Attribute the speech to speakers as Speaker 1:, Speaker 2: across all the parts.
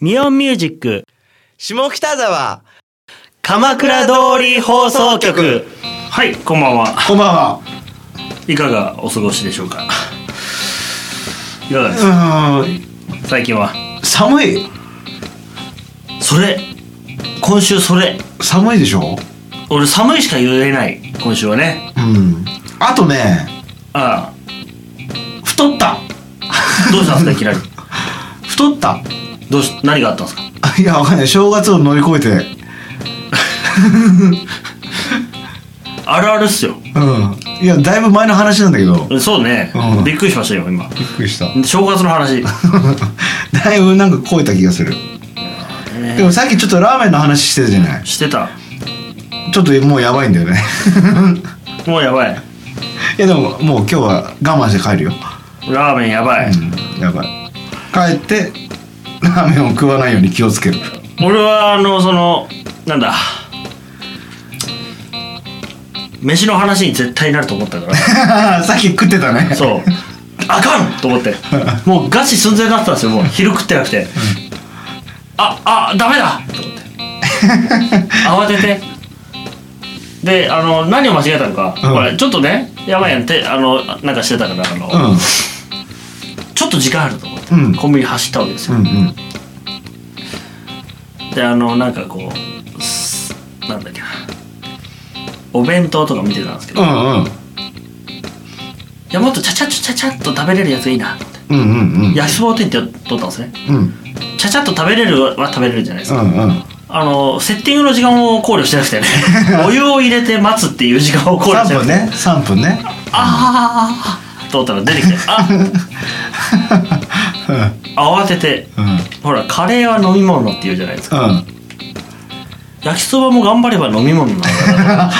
Speaker 1: ミオンミュージック、
Speaker 2: 下北沢
Speaker 1: 鎌倉通り放送局。はい、こんばんは。
Speaker 3: こんば
Speaker 1: いかがお過ごしでしょうか。いかがです
Speaker 3: ん
Speaker 1: か
Speaker 3: は。うー
Speaker 1: 最近は。
Speaker 3: ん、寒い。
Speaker 1: それ、今週それ。
Speaker 3: 寒いでしょ
Speaker 1: 俺寒いしか言えない、今週はね。
Speaker 3: うん。あとね、
Speaker 1: あ
Speaker 3: 太った。
Speaker 1: あ、どうしたんですか、いきなり。
Speaker 3: 太った。
Speaker 1: どうし、何があったんですか
Speaker 3: いや、わかんない。正月を乗り越えて。
Speaker 1: あるあるっすよ。
Speaker 3: うん。いや、だいぶ前の話なんだけど。
Speaker 1: そうね。
Speaker 3: うん
Speaker 1: びっくりしましたよ、今。
Speaker 3: びっくりした。
Speaker 1: 正月の話。
Speaker 3: だいぶなんか超えた気がする。でもさっきちょっとラーメンの話してたじゃない。
Speaker 1: してた。
Speaker 3: ちょっともうやばいんだよね。
Speaker 1: もうやばい。
Speaker 3: いやでももう今日は我慢して帰るよ。
Speaker 1: ラーメンやばい。
Speaker 3: うん、やばい。帰ってラーメンを食わないように気をつける。
Speaker 1: 俺はあのそのなんだ飯の話に絶対なると思ったか ら
Speaker 3: さっき食ってたね。
Speaker 1: そうあかんと思ってもう餓死寸前だったんですよもう昼食ってなくて、ああダメ だと思って慌ててであの何を間違えたのか、
Speaker 3: うん
Speaker 1: これちょっとねやばいやんってあのなんかしてたからあの、
Speaker 3: うん。
Speaker 1: ちょっと時間あると思って、
Speaker 3: うん
Speaker 1: コンビニ走ったわけですよ、
Speaker 3: うんうん。
Speaker 1: であのなんかこうすなんだっけなお弁当とか見てたんですけど、
Speaker 3: う
Speaker 1: い
Speaker 3: んうん。
Speaker 1: やもっとちゃちゃっとちゃちゃっと食べれるやつがいいなと思って
Speaker 3: うんうんうん。
Speaker 1: 焼きそばおでんって取ったんですね
Speaker 3: うんうん
Speaker 1: ちゃちゃっと食べれるは食べれるじゃないですか、
Speaker 3: うん。
Speaker 1: あのセッティングの時間を考慮してなくて ねお湯を入れて待つっていう時間を考慮し
Speaker 3: 三
Speaker 1: てなく
Speaker 3: 分
Speaker 1: て、
Speaker 3: ね、三分ね。
Speaker 1: ああと思ったら出てきてあ慌てて
Speaker 3: うんうん
Speaker 1: ほらカレーは飲み物っていうじゃないですか
Speaker 3: うん。
Speaker 1: 焼きそばも頑張れば飲み物なんだ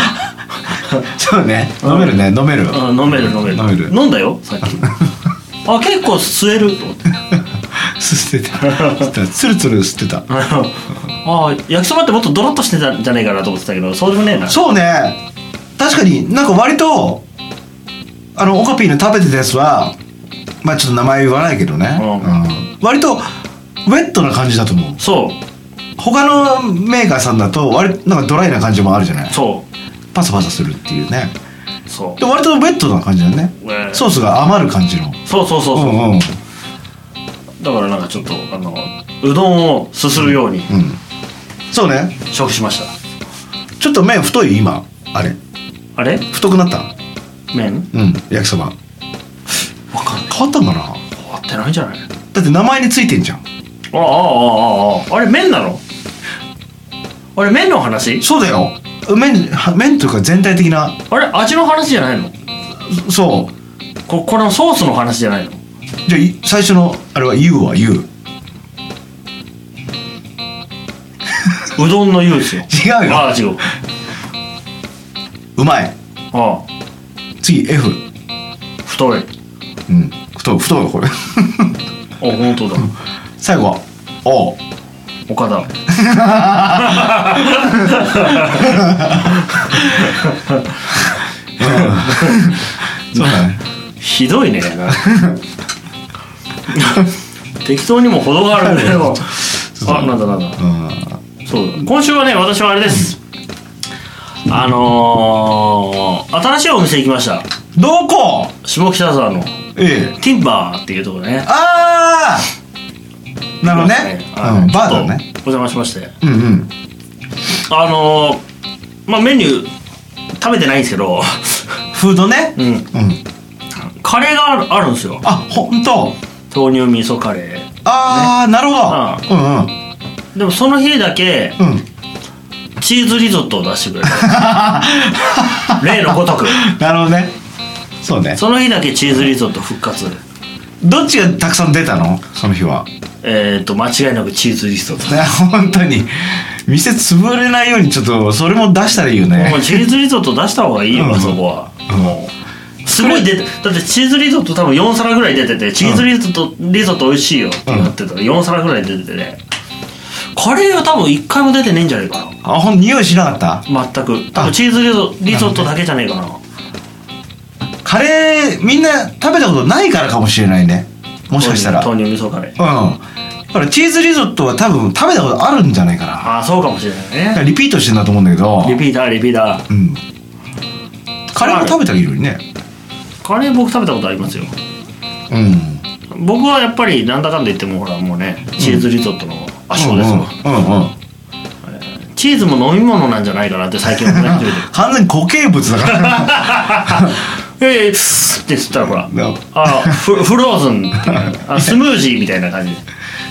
Speaker 3: そうね。飲めるね、飲める。
Speaker 1: うん飲める飲める
Speaker 3: 飲める
Speaker 1: んだよさっ きあ結構吸えると思って
Speaker 3: 吸ってた。つるつる吸ってた。
Speaker 1: あの あ焼きそばってもっとドロッとしてたんじゃないかなと思ってたけどそうでもねえな
Speaker 3: そうね。確かになんか割と、あの、オカピーの食べてたやつは、まあちょっと名前言わないけどね。
Speaker 1: うん
Speaker 3: うん割と、ウェットな感じだと思う。
Speaker 1: そう
Speaker 3: 他のメーカーさんだと、割となんかドライな感じもあるじゃない
Speaker 1: そ
Speaker 3: パサパサするっていうね。
Speaker 1: うそう
Speaker 3: で、割とウェットな感じだね。
Speaker 1: ええ
Speaker 3: ソースが余る感じの。
Speaker 1: そうそうそうそう、
Speaker 3: うんうん。
Speaker 1: だからなんかちょっとあのうどんをすするように
Speaker 3: うん。そうね。
Speaker 1: 食しました、
Speaker 3: ちょっと麺太い今。あれ。
Speaker 1: あれ
Speaker 3: 太くなった
Speaker 1: 麺
Speaker 3: うん。焼きそば。
Speaker 1: わかんない
Speaker 3: 変わったんかな
Speaker 1: 変わってないんじゃない
Speaker 3: だって名前についてんじゃん。
Speaker 1: あああああああれ麺なのあれ麺の話
Speaker 3: そうだよ。麺、は麺というか全体的な、
Speaker 1: あれ味の話じゃないの
Speaker 3: そう。
Speaker 1: ここのソースの話じゃないの
Speaker 3: じゃあい、最初の、あれは U は U。違う
Speaker 1: うどんの湯 ですよ
Speaker 3: よ。
Speaker 1: ああ違う
Speaker 3: うまい。
Speaker 1: あ
Speaker 3: 次 F。
Speaker 1: あ太い
Speaker 3: うん。太い、太いよ、これ。
Speaker 1: あ本当だ
Speaker 3: 最後は、O。
Speaker 1: 岡田
Speaker 3: そうだね。
Speaker 1: ひどい ね適当にも程があるんだけどあなんだなんだ
Speaker 3: うん。
Speaker 1: そうだ今週はね私はあれですあのー、新しいお店行きました
Speaker 3: どこ
Speaker 1: 下北沢の
Speaker 3: ええ。
Speaker 1: ティンバーっていうところね
Speaker 3: あーなるほどね。
Speaker 1: はい
Speaker 3: うん。バーだね。
Speaker 1: ちょっとお邪魔しまして
Speaker 3: うんうん。
Speaker 1: あのー、まあメニュー食べてないんですけど、
Speaker 3: フードね。
Speaker 1: うん、
Speaker 3: うん。
Speaker 1: カレーがあるあるんですよ
Speaker 3: あ、ほんと。
Speaker 1: 豆乳味噌カレー
Speaker 3: あー、なるほど。うん
Speaker 1: でもその日だけ
Speaker 3: うん。 うん。
Speaker 1: チーズリゾットを出してくれ た例のごとく
Speaker 3: なるほどね。そうね。
Speaker 1: その日だけチーズリゾット復活
Speaker 3: どっちがたくさん出たのその日は。
Speaker 1: えっ、ー、と間違いなくチーズリゾット
Speaker 3: ね本当に。店潰れないようにちょっと、それも出したらいいよね
Speaker 1: もう。チーズリゾット出した方がいいよ
Speaker 3: うん
Speaker 1: そこは
Speaker 3: も
Speaker 1: すごい出てだってチーズリゾット多分4皿ぐらい出ててチーズリゾット、リゾット美味しいよってなってたら4皿ぐらい出ててねカレーは多分1回も出てねえんじゃないかな
Speaker 3: あ、ほん、匂いしなかった
Speaker 1: 全く多分チーズリゾリゾットだけじゃねえかな
Speaker 3: カレー、みんな食べたことないからかもしれないね。もしかしたら。
Speaker 1: 豆乳豆乳味噌カレー
Speaker 3: うん。だからチーズリゾットは多分食べたことあるんじゃないかなだ
Speaker 1: ああそうかもしれない
Speaker 3: か
Speaker 1: ね
Speaker 3: らリピートしてんだと思うんだけど
Speaker 1: リピーターリピーター
Speaker 3: うんカレーも食べたらいいのにね
Speaker 1: カレー僕食べたことありますよ
Speaker 3: うん
Speaker 1: 僕はやっぱりなんだかんだ言ってもほらもうねチーズリゾットの圧勝ですわ、
Speaker 3: うんうん、うんうん、
Speaker 1: チーズも飲み物なんじゃないかなって最近思い 始めて
Speaker 3: 完全に固形物だから
Speaker 1: いやいやって言ったらほら
Speaker 3: でも
Speaker 1: あフフローズンっていう あスムージーみたいな感じで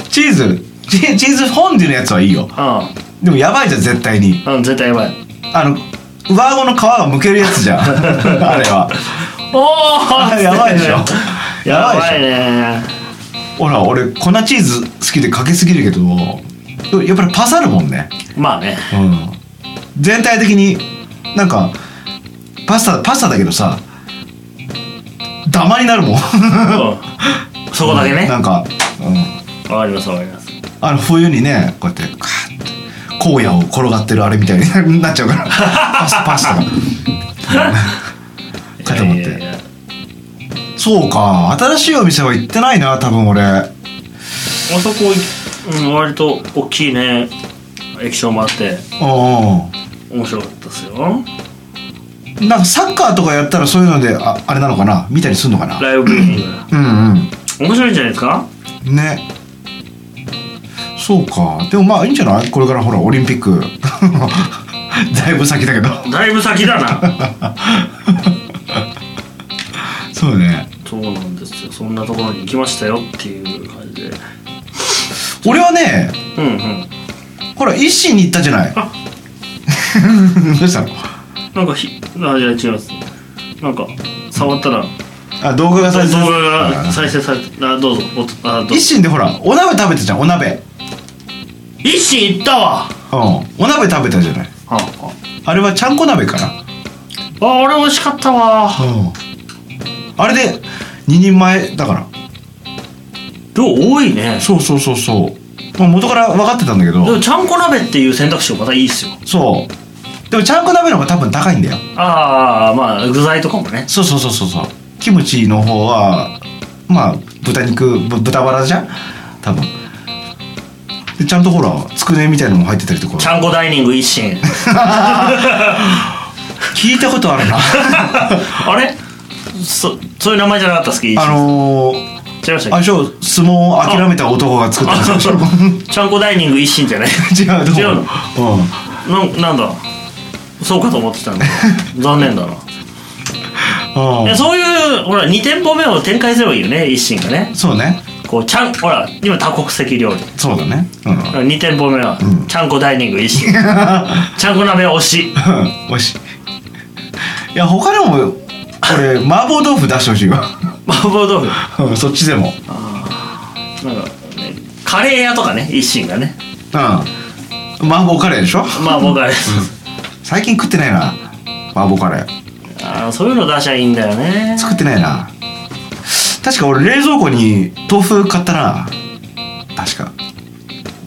Speaker 3: チーズチーチーズフォンデュのやつはいいよ
Speaker 1: あ
Speaker 3: でもやばいじゃん絶対に
Speaker 1: あうん絶対やばい
Speaker 3: あの上顎の皮がむけるや つじゃんあれは
Speaker 1: お
Speaker 3: あ
Speaker 1: お
Speaker 3: れやばいでしょ
Speaker 1: や
Speaker 3: やばいでしょ
Speaker 1: ばいね
Speaker 3: ほら俺粉チーズ好きでかけすぎるけどやっぱりパサるもんね
Speaker 1: ま あね
Speaker 3: うん全体的になんかパスタパスタだけどさダマになるもん
Speaker 1: うんそこだけね
Speaker 3: なんか、うん、
Speaker 1: わかりますわかります
Speaker 3: あの冬にねこうやってカーッと荒野を転がってるあれみたいに なっちゃうからパスパスタが固まっ
Speaker 1: いやい
Speaker 3: て
Speaker 1: やいや
Speaker 3: そうか新しいお店は行ってないな多分俺あ
Speaker 1: あそこ、うん、割と大きいね液晶もあって
Speaker 3: あ
Speaker 1: 面白かったですよ
Speaker 3: なんかサッカーとかやったらそういうのでああれなのかな見たりするのかな
Speaker 1: ライブビューイング
Speaker 3: うんうん
Speaker 1: 面白いんじゃないですか
Speaker 3: ねそうかでもまあいいんじゃないこれからほらオリンピック だいぶ先だけど
Speaker 1: だいぶ先だな
Speaker 3: そうね
Speaker 1: そうなんですよそんなところに行きましたよっていう感じで
Speaker 3: 俺はね
Speaker 1: うんうん
Speaker 3: ほら一心に行ったじゃない
Speaker 1: あ
Speaker 3: どうしたの
Speaker 1: なんかひあいや違いますなんか触ったら
Speaker 3: あ動画が
Speaker 1: 動
Speaker 3: 再生
Speaker 1: 画が再生されてあどうぞおとあどう
Speaker 3: 一
Speaker 1: ぞ
Speaker 3: 心でほらお鍋食べてじゃんお鍋
Speaker 1: 一心行ったわ
Speaker 3: うんお鍋食べたじゃない
Speaker 1: あ
Speaker 3: あれはちゃんこ鍋かな
Speaker 1: ああれ美味しかったわ
Speaker 3: うんあれで2人前だから
Speaker 1: 量多いね
Speaker 3: そうそうそうそうもう元から分かってたんだけ
Speaker 1: でも
Speaker 3: ど
Speaker 1: ちゃんこ鍋っていう選択肢もまたいいっすよ
Speaker 3: そうでもちゃんこ鍋の方が多分高いんだよ
Speaker 1: ああまあ具材とかもね
Speaker 3: そうそうそうそうそうキムチの方はまあ豚肉ぶ豚バラじゃん多分でちゃんとほらつくねみたいのも入ってたりとか
Speaker 1: ちゃんこダイニング一 心
Speaker 3: 聞いたことあるな
Speaker 1: あれそそういう名前じゃなかったっすっけ一
Speaker 3: あ
Speaker 1: 心
Speaker 3: のー、
Speaker 1: 違いました
Speaker 3: あ
Speaker 1: っ
Speaker 3: れでしょ相撲を諦めた男が作ったやつでしょ
Speaker 1: けちゃんこダイニング一心じゃない
Speaker 3: 違うとこ
Speaker 1: 違うの
Speaker 3: う
Speaker 1: なん
Speaker 3: ん
Speaker 1: なんだそうかと思って たんだけど残念だな
Speaker 3: う
Speaker 1: い
Speaker 3: ん
Speaker 1: やそういうほら2店舗目を展開すればいいよね一心がね
Speaker 3: そうね
Speaker 1: こうちゃんほら今多国籍料理
Speaker 3: そうだねうん
Speaker 1: 2店舗目は、ちゃんこダイニング一 心ちゃんこ鍋推し
Speaker 3: 美味しいいや他でも俺麻婆豆腐出してほしいわ
Speaker 1: 麻婆豆腐
Speaker 3: うんそっちでも
Speaker 1: なんか、ね、カレー屋とかね一心がね
Speaker 3: うん麻婆カレーでしょ
Speaker 1: まあ僕はね、
Speaker 3: 最近食ってないな麻婆カレー
Speaker 1: あーそういうの出しゃいいんだよね
Speaker 3: 作ってないな確か俺冷蔵庫に豆腐買ったな確か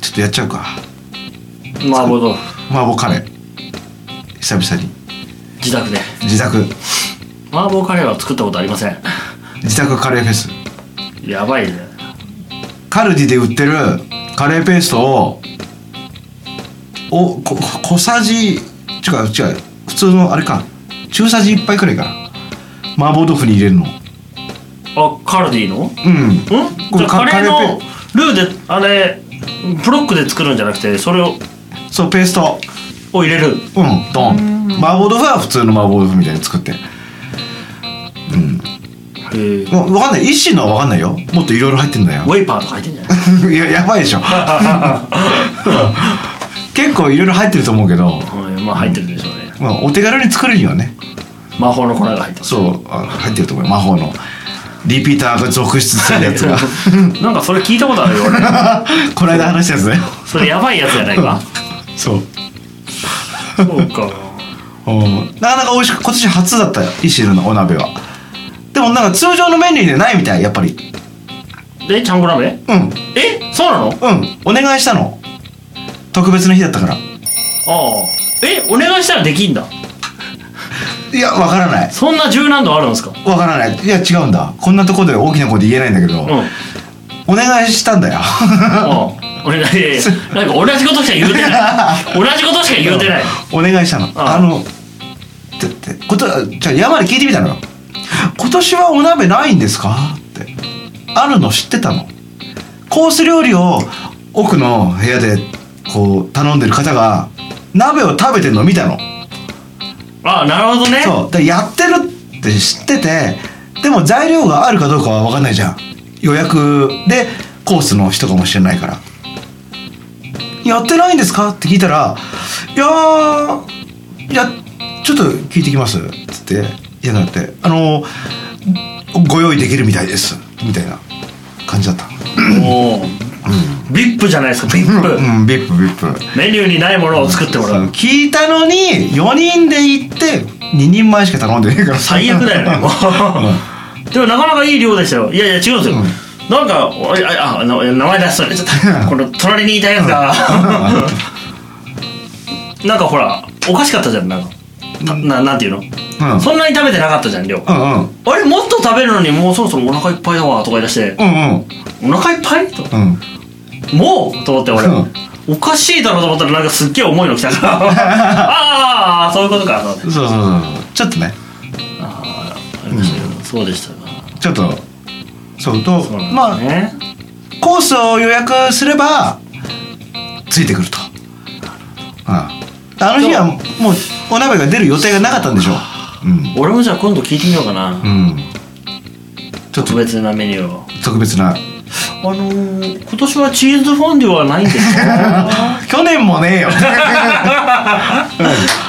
Speaker 3: ちょっとやっちゃうか
Speaker 1: 麻婆豆腐
Speaker 3: 麻婆カレー久々に
Speaker 1: 自宅で
Speaker 3: 自宅
Speaker 1: 麻婆カレーは作ったことありません
Speaker 3: 自宅カレーフェス
Speaker 1: やばいね
Speaker 3: カルディで売ってるカレーペーストをおこ小さじ違う違う普通のあれか中さじ1杯くらいかな麻婆豆腐に入れるの
Speaker 1: あカルディのん
Speaker 3: うん
Speaker 1: じ
Speaker 3: これ
Speaker 1: ゃあ
Speaker 3: カ
Speaker 1: カレー
Speaker 3: カレー
Speaker 1: のルーであれブロックで作るんじゃなくてそれを
Speaker 3: そうペースト
Speaker 1: を入れる
Speaker 3: うんドン麻婆豆腐は普通の麻婆豆腐みたいに作って
Speaker 1: へえ
Speaker 3: もう分かんない一心のは分かんないよもっといろいろ入ってんだよ
Speaker 1: ウェイパーとか入ってんじゃない
Speaker 3: い ややばいでしょ結構いろいろ入ってると思うけど、
Speaker 1: うんまあ入ってるでしょうね
Speaker 3: まあ、お手軽に作るにはね
Speaker 1: 魔法の粉が入ってます
Speaker 3: そうあ入ってると思うよ魔法のリピーターが続出するや つが
Speaker 1: なんかそれ聞いたことあるよ俺
Speaker 3: この間話したやつね
Speaker 1: それやばいやつじゃないか
Speaker 3: そう
Speaker 1: そうか
Speaker 3: うんなかなか美味しく今年初だったよイシルのお鍋はでもなんか通常のメニューでないみたいやっぱり
Speaker 1: でちゃんこ鍋
Speaker 3: うんうん
Speaker 1: えそうなのあ
Speaker 3: お願いしたの特別な日だったから
Speaker 1: あえお願いしたらできんだ
Speaker 3: いやわからない
Speaker 1: そんな柔軟度あるんですか
Speaker 3: わからないいや違うんだこんなとこで大きな声で言えないんだけど、
Speaker 1: うん
Speaker 3: お願いしたんだよ
Speaker 1: うん俺いやいやなんか同じことしか言うてない同じことしか言うてない
Speaker 3: お願いしたの
Speaker 1: あ
Speaker 3: あのってってことじゃあ山に聞いてみたのよ今年はお鍋ないんですかってあるの知ってたのコース料理を奥の部屋でこう頼んでる方が鍋を食べてるのを見たの
Speaker 1: あなるほどね
Speaker 3: そうでやってるって知っててでも材料があるかどうかは分かんないじゃん予約でコースの人かもしれないから「やってないんですか?」って聞いたら「いやーいやちょっと聞いてきます」っつって「いやだってあのご用意できるみたいです」みたいな感じだった
Speaker 1: もうビップじゃないですかビップ
Speaker 3: うんビップビップ
Speaker 1: メニューにないものを作ってもらう
Speaker 3: 聞いたのに4人で行って2人前しか頼んでねえから
Speaker 1: 最悪だよねもうでもなかなかいい量でしたよいやいや違うんですよ、なんかおいああな名前出しそうになっちゃったこの隣にいたやつがなんかほらおかしかったじゃんなんかたななんていうの、
Speaker 3: うん
Speaker 1: そんなに食べてなかったじゃん量、
Speaker 3: うんうん
Speaker 1: あれもっと食べるのにもうそろそろお腹いっぱいだわとか言い出して
Speaker 3: うんうん
Speaker 1: お腹いっぱいと
Speaker 3: うん
Speaker 1: もうと思って俺、
Speaker 3: うん
Speaker 1: おかしいだろうと思ったらなんかすっげえ重いの来た からああそういうことかと思って
Speaker 3: そうそうそうちょっとね
Speaker 1: ありましたけどそうでしたか
Speaker 3: ちょっとそうと
Speaker 1: そうなんです
Speaker 3: まあ
Speaker 1: ね、
Speaker 3: コースを予約すればついてくると、うん、あの日はもうお鍋が出る予定がなかったんでしょううん
Speaker 1: 俺もじゃあ今度聞いてみようかな、
Speaker 3: うんちょっ
Speaker 1: 特
Speaker 3: と
Speaker 1: 別なメニューを
Speaker 3: 特別な
Speaker 1: あのー、今年はチーズフォンデュはないん ですか
Speaker 3: 去年もねえよ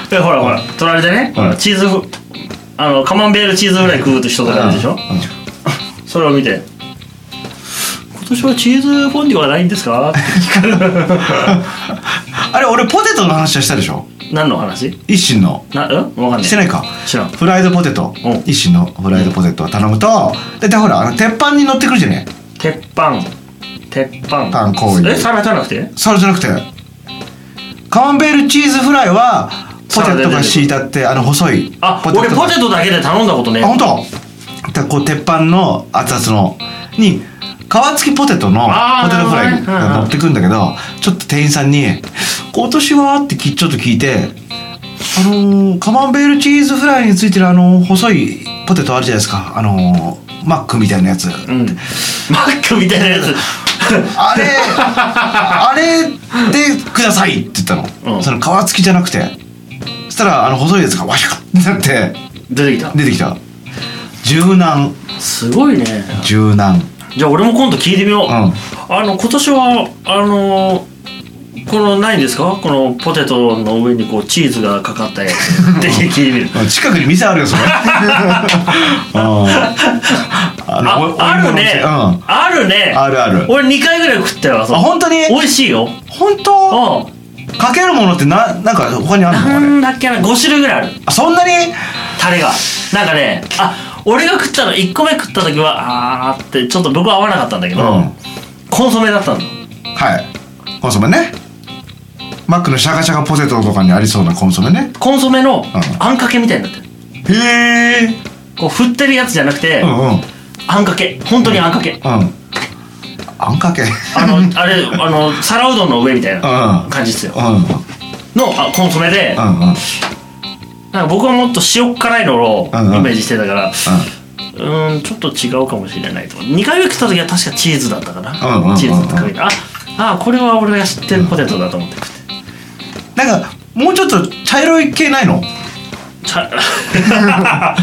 Speaker 1: でほらほら隣でね、
Speaker 3: うん
Speaker 1: チーズフあのカマンベールチーズフライ食うと人がいるでしょ、
Speaker 3: う
Speaker 1: それを見て「今年はチーズフォンデュはないんですか?」って聞 く
Speaker 3: んあれ俺ポテトの話はしたでしょ
Speaker 1: 何の話
Speaker 3: 一心の
Speaker 1: なうん分かんない
Speaker 3: してないか
Speaker 1: 知らん
Speaker 3: フライドポテト
Speaker 1: うん
Speaker 3: 一心のフライドポテトを頼むと大体ほらあの鉄板に乗ってくるじゃね
Speaker 1: 鉄板鉄板
Speaker 3: パン行為
Speaker 1: えサラじゃなくて
Speaker 3: それじゃなくてカマンベールチーズフライはポテトが敷いたってあの細い
Speaker 1: あ俺ポテトだけで頼んだことね
Speaker 3: あ本当でこう鉄板の熱々のに皮付きポテトの
Speaker 1: あー
Speaker 3: ポテトフライ
Speaker 1: なるほどねうんうん
Speaker 3: が乗ってくんだけどちょっと店員さんに「今年は?」ってきちょっと聞いて「あのーカマンベールチーズフライについてるあのー細いポテトあるじゃないですかあのーマックみたいなやつ」
Speaker 1: うんマックみたいなやつ
Speaker 3: あれあれでくださいって言ったの、
Speaker 1: うん
Speaker 3: その皮付きじゃなくてそしたらあの細いやつがワシャってなって
Speaker 1: 出てきた
Speaker 3: 出てきた柔軟
Speaker 1: すごいね
Speaker 3: 柔軟
Speaker 1: じゃあ俺も今度聞いてみよう、
Speaker 3: うん
Speaker 1: あの今年はあのーこのないんですかこのポテトの上にこうチーズがかかったや つぜひ聞いてみる
Speaker 3: 近くに店ある よそれうんあの
Speaker 1: あ
Speaker 3: お
Speaker 1: ある
Speaker 3: お芋の店
Speaker 1: ね、
Speaker 3: うんあ
Speaker 1: あるね
Speaker 3: るある
Speaker 1: 俺2回ぐらい食ったよそ
Speaker 3: あ
Speaker 1: れ
Speaker 3: 本当に
Speaker 1: 美味しいよ
Speaker 3: 本当
Speaker 1: うん
Speaker 3: かけるものってななんか他にあるの
Speaker 1: な
Speaker 3: あれ
Speaker 1: んだっけな5種類ぐらいある
Speaker 3: あそんなに
Speaker 1: タレがなんかねあ俺が食ったの1個目食った時はあーってちょっと僕は合わなかったんだけ
Speaker 3: うん
Speaker 1: ど、コンソメだったの
Speaker 3: はいコンソメねマックのシャカシャカポテトとかにありそうなコンソメね
Speaker 1: コンソメの
Speaker 3: ん
Speaker 1: あんかけみたいになってる
Speaker 3: へえ
Speaker 1: こう振ってるやつじゃなくて、
Speaker 3: うんうんうん
Speaker 1: あんかけ本当にあんかけ、
Speaker 3: あんかけ
Speaker 1: あのあれあの皿うどんの上みたいな
Speaker 3: うん
Speaker 1: 感じですよ
Speaker 3: うんうんうん
Speaker 1: のあコンソメでなんか僕はもっと塩辛いのを
Speaker 3: うんうん
Speaker 1: イメージしてたから
Speaker 3: う
Speaker 1: うーんちょっと違うかもしれないと2回目食った時は確かチーズだったかな、
Speaker 3: うんうんうんうん
Speaker 1: チーズって書いてああこれは俺が知ってるポテトだと思って食って
Speaker 3: んなんかもうちょっと茶色い系ないの
Speaker 1: 茶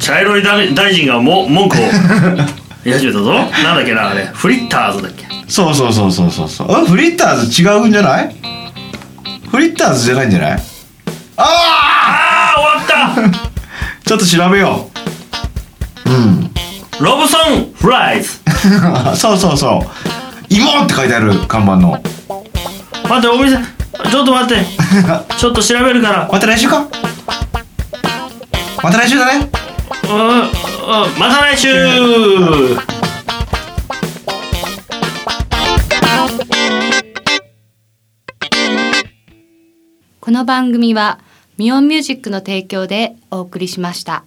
Speaker 1: 茶色い大大臣がも文句を言い始めたぞなんだっけなあれフリッターズだっけ
Speaker 3: そうそうそうそうそうそうあフリッターズ違うんじゃないフリッターズじゃないんじゃないあ
Speaker 1: ああ終わっ
Speaker 3: あちょっと調べよううん
Speaker 1: たロブソンフライズ
Speaker 3: そうそうそう「芋」って書いてある看板 の
Speaker 1: 待ってお店ちょっと待ってちょっと調べるから
Speaker 3: また来週かまた来週だね
Speaker 1: うんうんまた来週
Speaker 4: この番組はミオンミュージックの提供でお送りしました。